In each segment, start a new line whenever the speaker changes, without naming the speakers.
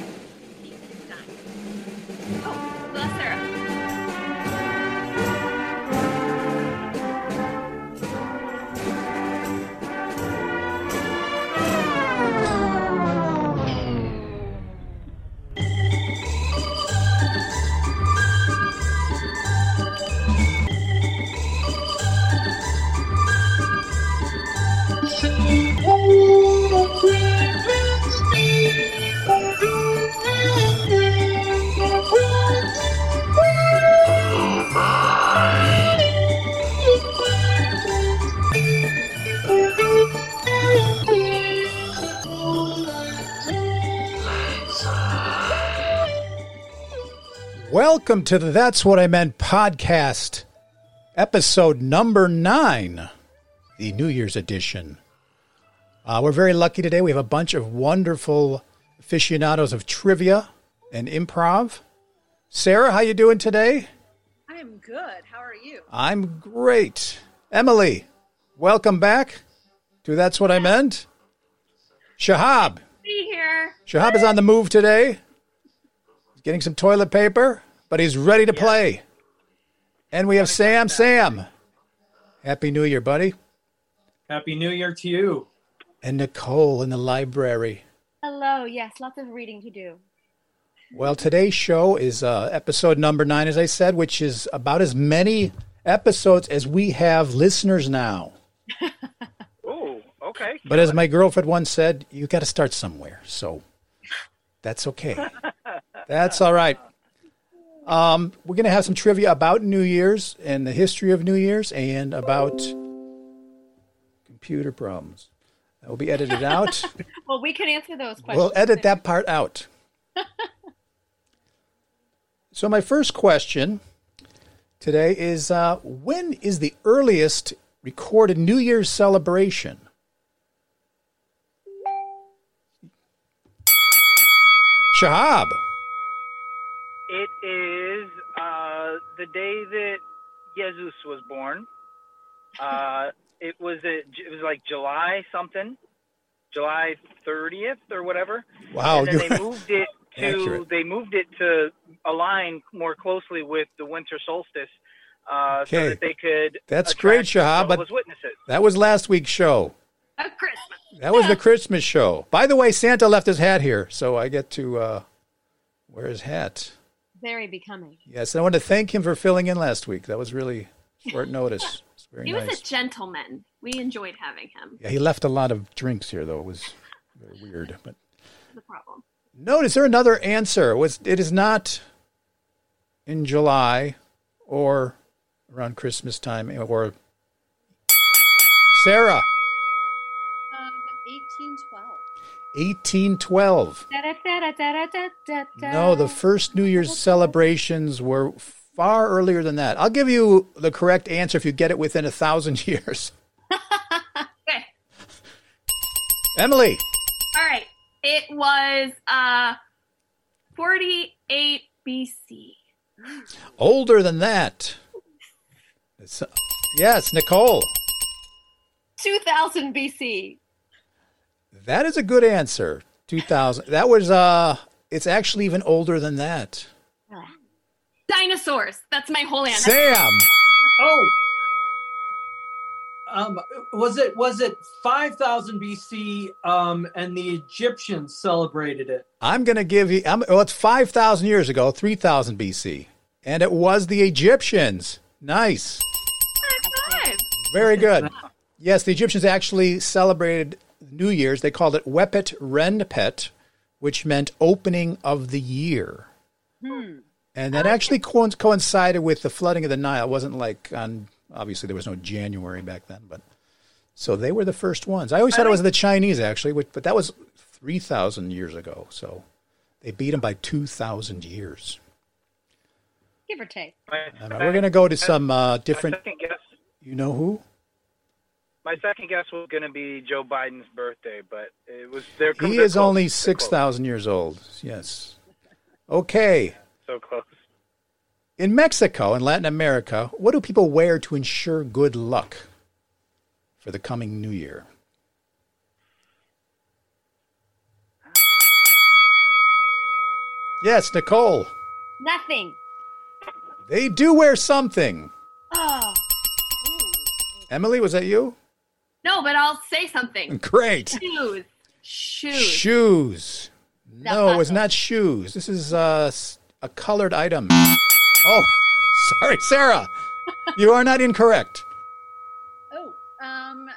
Oh,
Welcome to the That's What I Meant podcast, episode number nine, the New Year's edition. Uh, we're very lucky today. We have a bunch of wonderful aficionados of trivia and improv. Sarah, how you doing today?
I am good. How are you?
I'm great. Emily, welcome back to That's What I Meant. Shahab,
Be here.
Shahab is on the move today. He's getting some toilet paper, but he's ready to play. And we have Sam. Sam, happy New Year, buddy.
Happy New Year to you.
And Nicole in the library.
Hello, yes, lots of reading to do.
Well, today's show is uh, episode number nine, as I said, which is about as many episodes as we have listeners now.
Oh, okay.
But as my girlfriend once said, you got to start somewhere. So that's okay. that's all right. Um, we're going to have some trivia about New Year's and the history of New Year's and about computer problems. That will be edited out.
Well, we can answer those questions.
we'll edit that part out. so, my first question today is uh, when is the earliest recorded New Year's celebration? Shahab.
It is uh, the day that Jesus was born. Uh, it was a, it was like July something, July 30th or whatever.
Wow,
And then
Oh, you're-
they moved it to
Accurate.
they moved it to align more closely with the winter solstice, uh,
Okay.
so that they could.
That's
attract
great, Shahab, but-
Jehovah's Witnesses.
That was last week's show.
A Christmas.
That was the Christmas show. By the way, Santa left his hat here, so I get to uh, wear his hat.
Very becoming.
Yes, I want to thank him for filling in last week. That was really short notice. It's very
He
nice.
was a gentleman. We enjoyed having him.
Yeah, he left a lot of drinks here, though. It was very weird. But
The problem.
no, is there another answer? Was it is not in July or around Christmas time or Sarah,
Um, 1812.
eighteen twelve.
Da-da-da-da-da-da-da-da.
No, the first New Year's celebrations were far earlier than that. I'll give you the correct answer if you get it within a thousand years.
Okay.
Emily,
All right. It was uh 48 BC.
older than that. It's- yes, Nicole.
2000 BC.
That is a good answer. 2000. That was uh it's actually even older than that.
Dinosaurs. That's my whole answer.
Sam.
Oh, um, was it was it 5000 BC? Um, and the Egyptians celebrated it.
I'm going to give you I'm, well it's 5000 years ago, 3000 BC. And it was the Egyptians. Nice.
High five.
Very good. Yes, the Egyptians actually celebrated New Year's. They called it Wepet Renpet, which meant opening of the year. And that actually co- coincided with the flooding of the Nile. It wasn't like on, obviously, there was no January back then, but so they were the first ones. I always thought it was the Chinese, actually, which, but that was 3,000 years ago. So they beat them by 2,000 years.
Give or take.
All right, we're going to go to some uh, different,
My second guess.
you know who?
My second guess was going to be Joe Biden's birthday, but it was there.
He is only 6,000 years old. Yes. Okay.
So close.
In Mexico and Latin America, what do people wear to ensure good luck for the coming new year? Yes, Nicole.
Nothing.
They do wear something.
Oh,
Emily, was that you?
No, but I'll say something.
Great.
Shoes. Shoes.
Shoes. No, it was
puzzle.
not shoes. This is uh, s- a colored item. Oh, sorry, Sarah. You are not incorrect.
Oh, um,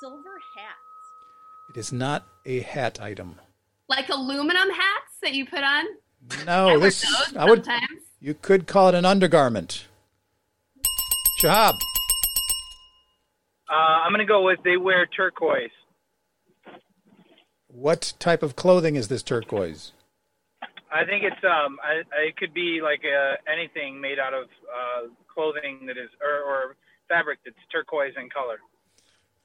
silver hats.
It is not a hat item.
Like aluminum hats that you put on.
No,
I wear
this
those
I would
sometimes.
you could call it an undergarment. Shahab,
Uh, I'm going to go with they wear turquoise.
what type of clothing is this turquoise?
I think it's um, I, I- it could be like uh, anything made out of uh, clothing that is or, or fabric that's turquoise in color,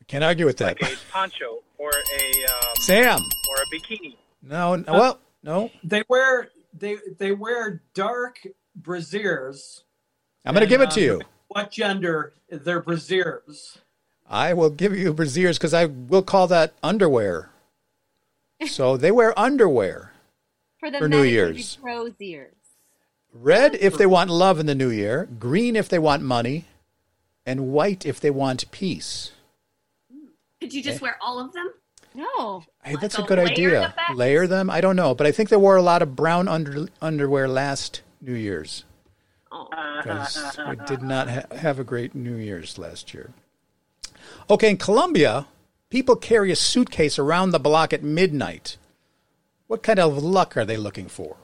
Can't argue with that.
like a poncho or a um,
Sam.
or a bikini.
No, no well, no.
They wear they they wear dark brasiers.
I'm going to
And,
give it
uh,
to you.
What gender is their brasiers?
I will give you brasiers because I will call that underwear. So they wear underwear.
For the
For
men,
New
it would be
Year's.
Crow's ears.
Red if they want love in the new year, green if they want money, and white if they want peace.
Could you just wear all of them?
No.
Hey, that's a
So
good
layer
idea.
the facts.
Layer them? I don't know, but I think they wore a lot of brown under, underwear last New Year's
Oh.
because we did not ha- have a great New Year's last year. Okay, in Colombia, people carry a suitcase around the block at midnight. What kind of luck are they looking for?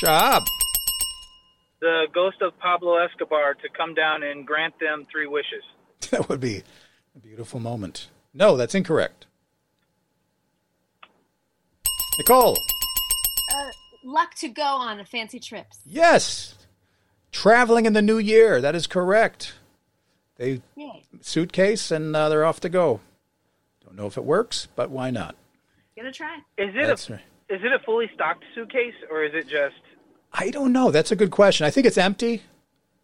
Job.
The ghost of Pablo Escobar to come down and grant them three wishes.
That would be a beautiful moment. No, that's incorrect. Nicole.
Uh, luck to go on a fancy trips.
Yes. Traveling in the new year. That is correct. They
Hmm.
Yay.
suitcase and uh, they're off to go. Don't know if it works, but why not?
Gonna try.
Is it
That's
a
right.
is it a fully stocked suitcase or is it just
I don't know. That's a good question. I think it's empty.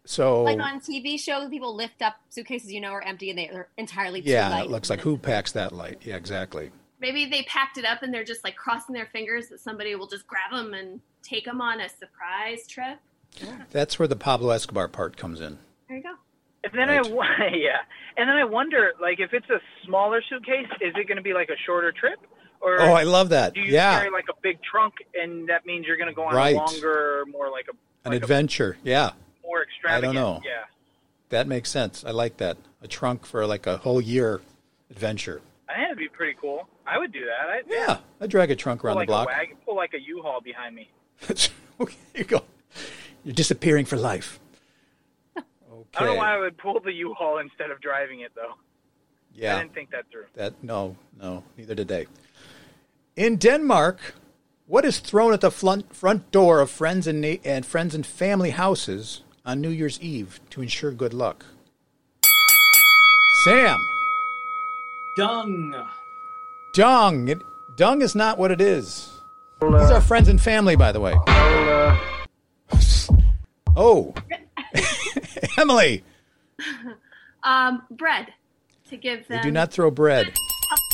So
Like on TV shows, people lift up suitcases you know are empty and they are entirely too
yeah,
light.
it looks like who packs that light? Yeah, exactly.
Maybe they packed it up and they're just like crossing their fingers that somebody will just grab them and take them on a surprise trip.
That's where the Pablo Escobar part comes in.
There you go.
And then I
Right.
wo- yeah, and then I wonder like if it's a smaller suitcase, is it going to be like a shorter trip, or
Oh, I love that.
do you
Yeah.
carry like a big trunk, and that means you're going to go on
Right.
a longer, more like a
An
like a
adventure. Yeah.
more extravagant?
know.
Yeah,
That makes sense. I like that. A trunk for like a whole year adventure.
I think that'd be pretty cool. I would do that. I'd
Yeah, I drag a trunk
pull
around
like
the
a
block.
wagon, pull like a U-Haul behind me.
okay, you go. You're disappearing for life. Okay.
I don't know why I would pull the U-Haul instead of driving it though. I
yeah.
didn't think that through.
That no, no, neither did they. In Denmark, what is thrown at the front front door of friends and na- and friends and family houses on New Year's Eve to ensure good luck? Sam,
Dung.
dung. It, dung is not what it is. These are friends and family, by the way. Oh, Emily.
Um, bread to give them.
They do not throw bread.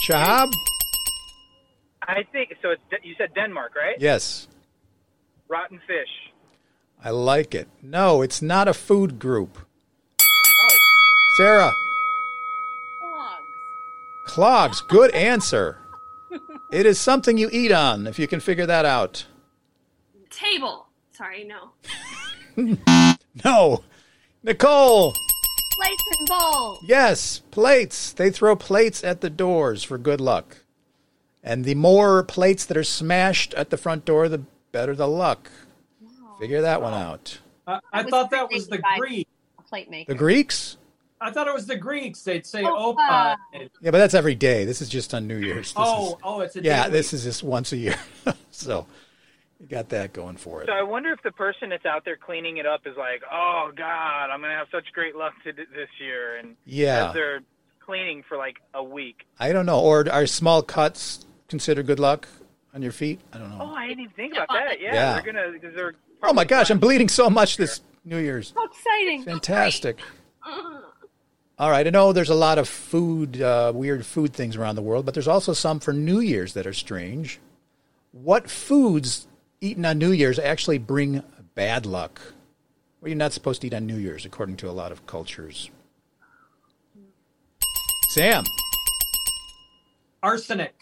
Shahab?
I think so. It's De- you said Denmark, right?
Yes.
Rotten fish.
I like it. No, it's not a food group.
Oh,
Sarah,
Clogs.
clogs. Good answer. It is something you eat on, if you can figure that out.
Table. Sorry, no.
No. Nicole,
Plates and bowls.
yes, plates. They throw plates at the doors for good luck. And the more plates that are smashed at the front door, the better the luck. Figure that one out.
I, I
was
thought that was the
385.
Greek.
A plate maker.
The Greeks?
I thought it was the Greeks. They'd say
Opa.
opa.
Yeah, but that's every day. This is just on New Year's. This is-
Oh, oh, it's a
yeah,
daily.
this is just once a year. so you got that going for it.
So I wonder if the person that's out there cleaning it up is like, "Oh God, I'm gonna have such great luck to d- this year," and
Yeah.
as they're cleaning for like a week.
I don't know. Or are small cuts considered good luck on your feet? I don't
Oh,
know.
I didn't even think about that. Yeah,
Yeah.
they're gonna because they're.
Oh my gosh, I'm bleeding so much this New Year's.
How Oh, exciting.
Fantastic. All right, I know there's a lot of food, uh, weird food things around the world, but there's also some for New Year's that are strange. What foods eaten on New Year's actually bring bad luck? What are you not supposed to eat on New Year's, according to a lot of cultures? Sam,
arsenic.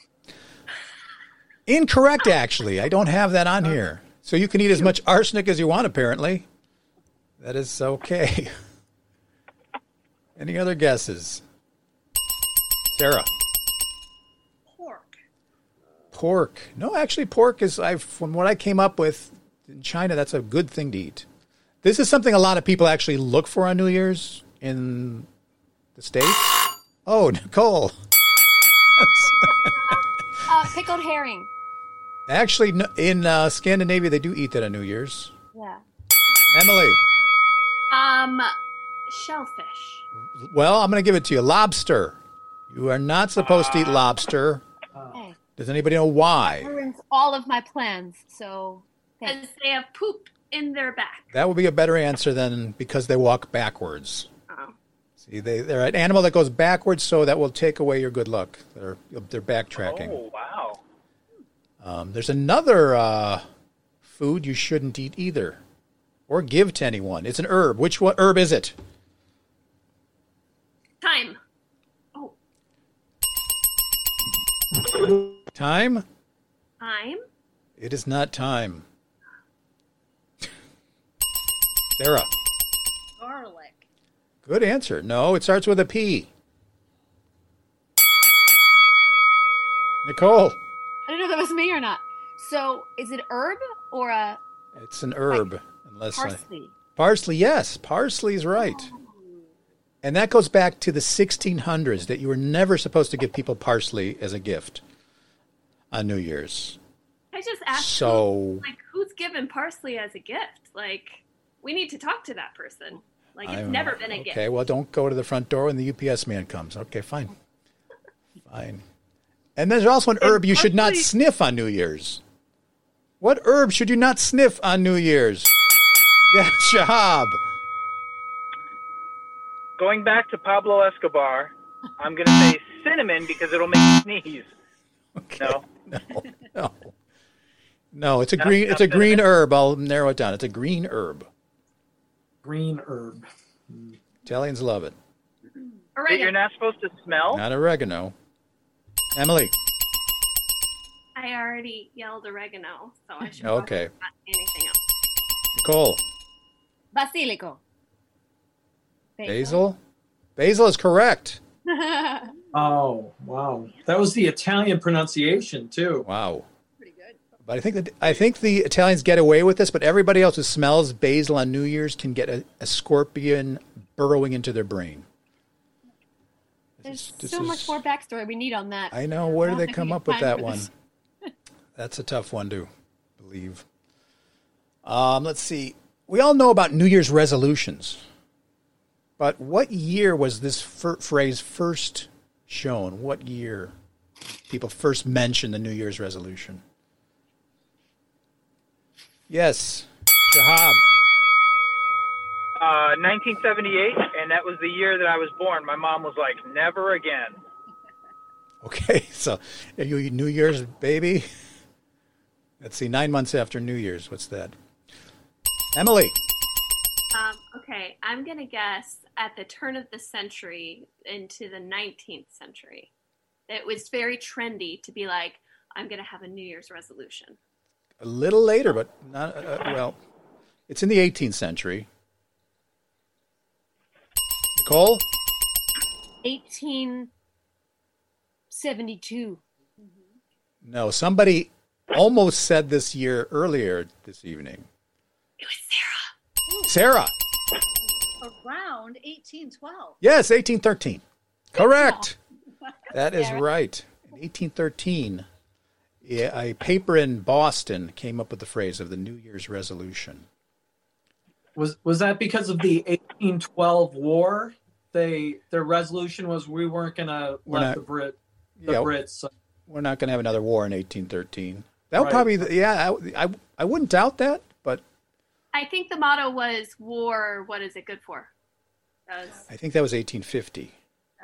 incorrect. Actually, I don't have that on here, so you can eat as much arsenic as you want. Apparently, that is okay. Any other guesses, Sarah?
Pork.
Pork. No, actually, pork is, I, from what I came up with in China, that's a good thing to eat. This is something a lot of people actually look for on New Year's in the States. Oh, Nicole.
Uh, pickled herring.
Actually, no- in uh, Scandinavia, they do eat that on New Year's.
Yeah.
Emily,
Um, shellfish.
well, I'm going to give it to you. Lobster. You are not supposed to eat lobster.
Hey,
Does anybody know why?
ruins all of my plans. So
Because
thanks.
they have poop in their back.
That would be a better answer than because they walk backwards.
Oh.
See, they, they're an animal that goes backwards, so that will take away your good luck. They're, they're backtracking.
Oh wow.
Um, there's another uh, food you shouldn't eat either, or give to anyone. It's an herb. Which what herb is it?
Time. Oh,
Time?
time.
It is not time. Sarah,
garlic,
good answer. No, it starts with a P. Nicole,
I don't know if that was me or not. So is it herb or a
it's an herb. Unless I-
parsley?
Parsley, yes, parsley is right. And that goes back to the 1600s that you were never supposed to give people parsley as a gift on New Year's.
I just asked.
So-
who- like, who's given parsley as a gift? Like, we need to talk to that person. Like, it's
I'm-
never been a gift.
Okay, well, don't go to the front door when the UPS man comes. Okay, fine. fine. And there's also an herb you should not
parsley-
sniff on New Year's. What herb should you not sniff on New Year's? Good job.
Going back to Pablo Escobar, I'm gonna say cinnamon because it'll make you sneeze. No.
No. No, it's a
Not-
green
not
it's a
cinnamon.
green herb. I'll narrow it down. It's a green herb.
Green herb.
Italians love it.
That you're
Oregano.
not supposed to
Oh.
smell.
Not oregano. Emily.
I already yelled oregano, so I should.
Okay.
probably Not say anything else.
Nicole.
Basilico.
Basil. Basil is correct.
Oh, wow. That was the Italian pronunciation, too.
Wow.
pretty good.
But I think that I think the Italians get away with this, but everybody else who smells basil on New Year's can get a, a scorpion burrowing into their brain.
There's
This
so
is-
much more backstory we need on that.
I know. Where do
don't
they
think
come
we
up
can
with
find
that
for
one?
this.
That's a tough one to believe. Um, let's see. We all know about New Year's resolutions, but what year was this fir- phrase first shown? What year people first mentioned the New Year's resolution? Yes, Shahab.
Uh, 1978, and that was the year that I was born. My mom was like, "Never again."
Okay, so are you a New Year's baby? Let's see, nine months after New Year's. What's that? Emily.
Um, okay, I'm gonna guess at the turn of the century into the 19th century, it was very trendy to be like, "I'm gonna have a New Year's resolution."
a little later, but not uh, well. It's in the 18th century. Nicole,
1872.
no, somebody almost said this year earlier this evening.
It was Sarah.
Sarah,
Around 1812.
yes, 1813, correct. That is right. In 1813, yeah, a paper in Boston came up with the phrase of the New Year's resolution.
Was was that because of the 1812 war? They their resolution was we weren't gonna
We're
let
not-
the Brit the
Yeah,
Brits. uh,
we're not going to have another war in 1813. That would
Right.
probably, yeah, I, I, I wouldn't doubt that, but
I think the motto was "War, what is it good for?" That was-
I think that was 1850.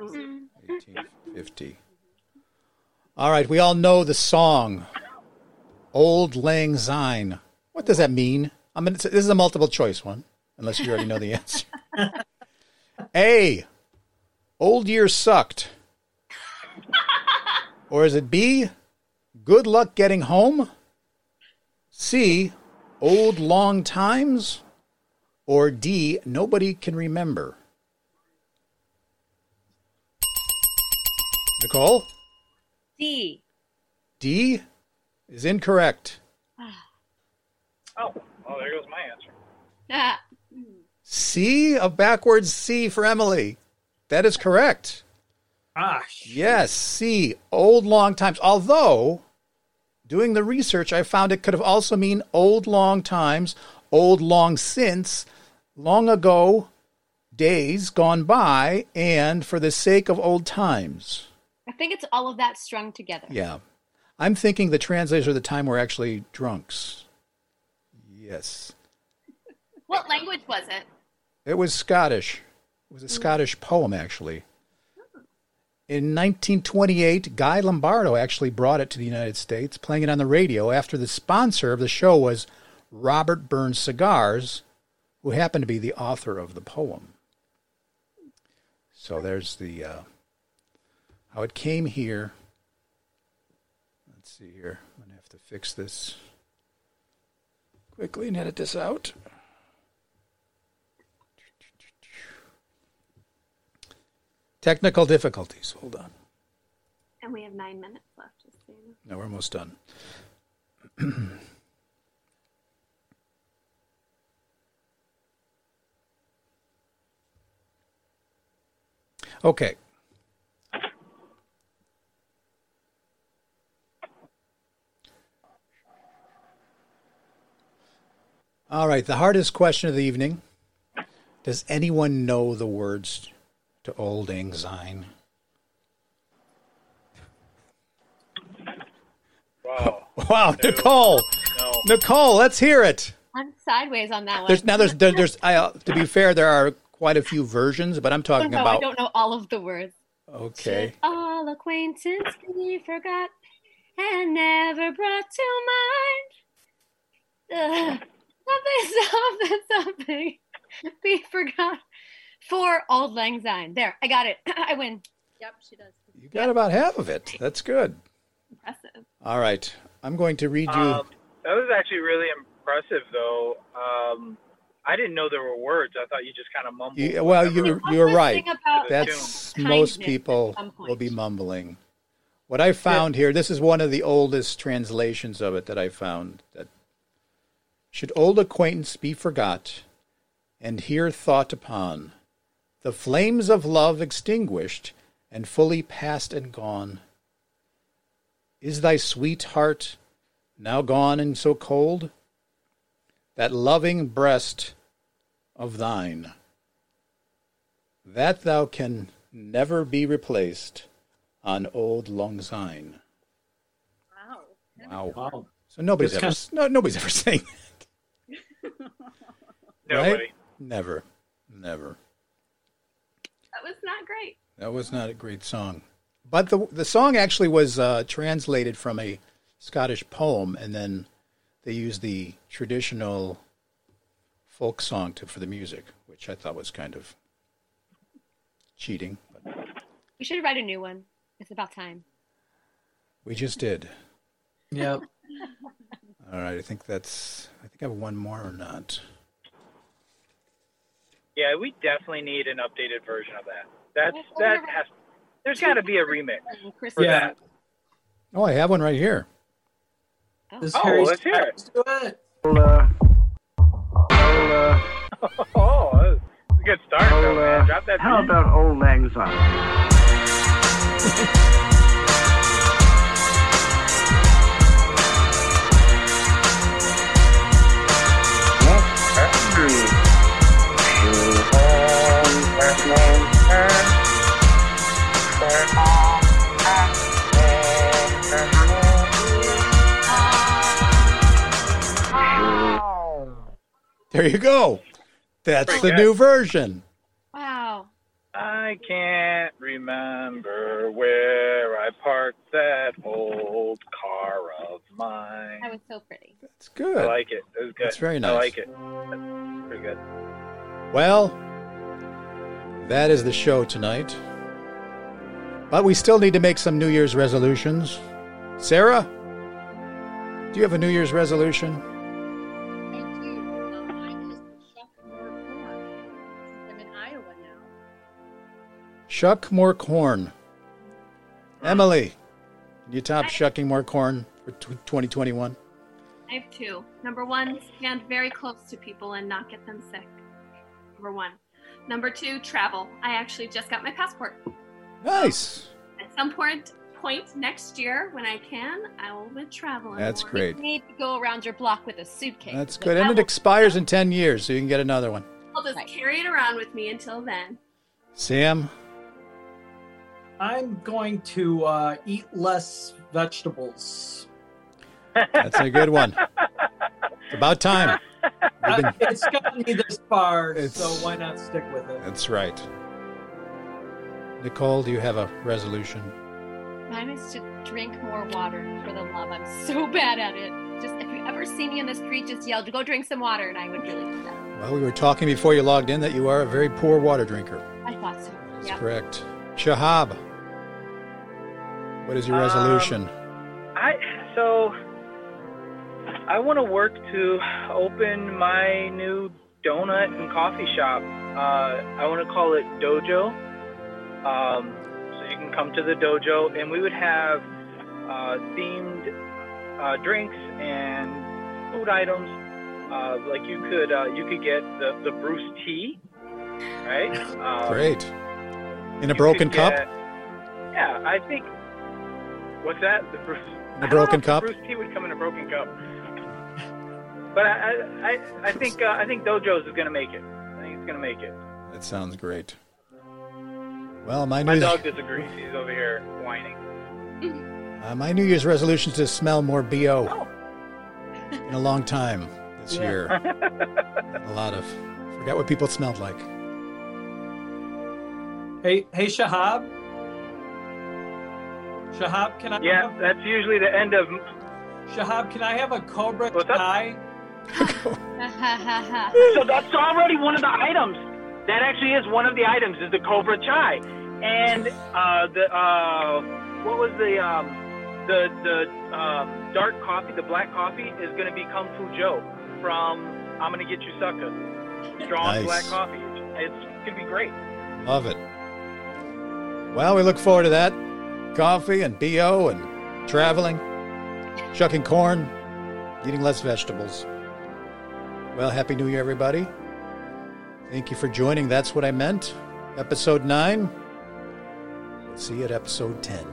Mm.
1850. All right, we all know the song Old Lang Syne. What does that mean? I mean, it's, this is a multiple choice one, unless you already know the answer. A. Old year sucked. Or is it B. Good luck getting home? C. Old long times? Or D. Nobody can remember? Nicole?
D.
D is incorrect.
Oh, well, there goes my answer.
Ah,
C, a backwards C for Emily. That is correct.
Ah, sh-
Yes, C, old long times. Although, Doing the research, I found it could have also mean old long times, old long since, long ago, days gone by, and for the sake of old times.
I think it's all of that strung together.
Yeah. I'm thinking the translators of the time were actually drunks. Yes.
What language was it?
It was Scottish. It was a Scottish poem, actually. In 1928, Guy Lombardo actually brought it to the United States, playing it on the radio after the sponsor of the show was Robert Burns Cigars, who happened to be the author of the poem. So there's the uh, how it came here. Let's see here. I'm gonna have to fix this quickly and edit this out. Technical difficulties. Hold on.
And we have nine minutes left. just so you know.
No, we're almost done. okay. All right, the hardest question of the evening. Does anyone know the words to Old Ang Syne?
Wow.
Wow, Nicole!
No.
Nicole, let's hear it!
I'm sideways on that one.
There's now there's there- there's I, uh, to be fair there are quite a few versions, but I'm
I don't
talking
know. I
about
don't know all of the words.
okay.
All acquaintance be forgot and never brought to mind. Ugh. Something, something, something be forgot for old lang syne. There, I got it. I win.
Yep, she does.
You got about half of it. That's good.
Impressive.
All right. I'm going to read you
Um, that was actually really impressive, though. Um, I didn't know there were words. I thought you just kind of mumbled.
You- well,
whatever.
you you're
One
right.
thing about-
That's
Kindness
most
at
people
some point.
will be mumbling. What I found here, this is one of the oldest translations of it that I found. That should old acquaintance be forgot, and here thought upon, the flames of love extinguished, and fully past and gone. Is thy sweet heart now gone and so cold? That loving breast of thine that thou can never be replaced on old long syne.
Wow.
Wow.
Wow.
So nobody's
That's
ever no, nobody's ever saying
Nobody.
right? Never. Never.
That was not great.
That was not a great song. But the the song actually was uh, translated from a Scottish poem and then they used the traditional folk song to, for the music, which I thought was kind of cheating. But
We should write a new one. It's about time.
we just did.
Yeah.
All right, I think that's I think I have one more or not.
Yeah, we definitely need an updated version of that. That's
Well,
that
whatever.
has. There's got to be a remix.
And Chris-
Yeah.
Oh, I have one right here.
Does
Oh,
Harry
let's hear it.
Styles do it?
Oh, that was a good start, though, man. Drop that.
How
beat.
about old Lang Syne?
There you go. That's the
Pretty good.
new version.
Wow.
I can't remember where I parked that old car of mine.
That was so pretty.
That's good.
I like it. It was good.
That's very
I
nice.
like it. That's pretty good.
Well, that is the show tonight. But we still need to make some New Year's resolutions. Sarah, do you have a New Year's resolution?
I do. Um, mine is to shuck more corn. Since I'm in Iowa now.
Shuck more corn. Emily, can you top shucking more corn for tw 2021?
I have two. Number one, stand very close to people and not get them sick. Number one. Number two, travel. I actually just got my passport.
Nice.
At some point, point next year when I can, I will be traveling.
That's
more.
great.
You need to go around your block with a suitcase.
That's good. And it expires in 10 years, so you can get another one.
I'll just
Right.
carry it around with me until then.
Sam,
I'm going to uh, eat less vegetables.
that's a good one. It's about time. We've
Uh,
been-
it's gotten me this far,
It's-
so why not stick with it?
That's right. Nicole, do you have a resolution?
Mine is to drink more water for the love. I'm so bad at it. Just if you ever see me in the street, just yell, go drink some water, and I would really do that.
Well, we were talking before you logged in that you are a very poor water drinker.
I thought so.
That's
Yeah.
correct. Shahab, what is your
Um,
resolution?
I so I want to work to open my new donut and coffee shop. Uh, I want to call it Dojo. Um, so you can come to the dojo, and we would have uh, themed uh, drinks and food items. Uh, like you could uh, you could get the, the Bruce tea, right? Um,
Great. In a
you
broken
could
cup?
get- yeah, I think. What's that? The Bruce,
A broken cup?
Bruce T would come in a broken cup. But I, I, I, I think uh, I think Dojo's is gonna make it. I think it's gonna make it.
That sounds great. Well, my,
My
new,
dog disagrees. He's over here whining.
uh, my New Year's resolution is to smell more BO in a long time this
Yeah.
year. a lot of. Forgot what people smelled like.
Hey, hey, Shahab. Shahab, can I?
Yeah,
Have,
that's usually the end of.
Shahab, can I have a Cobra
What's up?
Kai?
Ha, ha, ha, ha.
So that's already one of the items. That actually is one of the items. Is the Cobra Chai, and uh, the uh, what was the um, the the um, dark coffee, the black coffee is gonna be Kung Fu Joe from I'm gonna get you sucker.
Nice.
Strong black coffee. It's gonna be great.
Love it. Well, we look forward to that. Coffee and BO and traveling, shucking corn, eating less vegetables. Well, Happy New Year, everybody. Thank you for joining. That's what I meant. Episode 9. We'll see you at episode 10.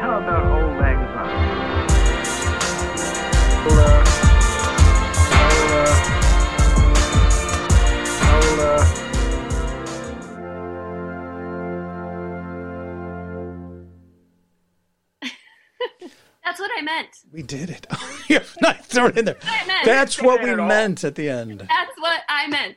How about old Lang Syne?
That's what I meant.
We did it. You're not throwing it in there.
I meant.
That's what we
At all.
meant at the end.
That's what I meant.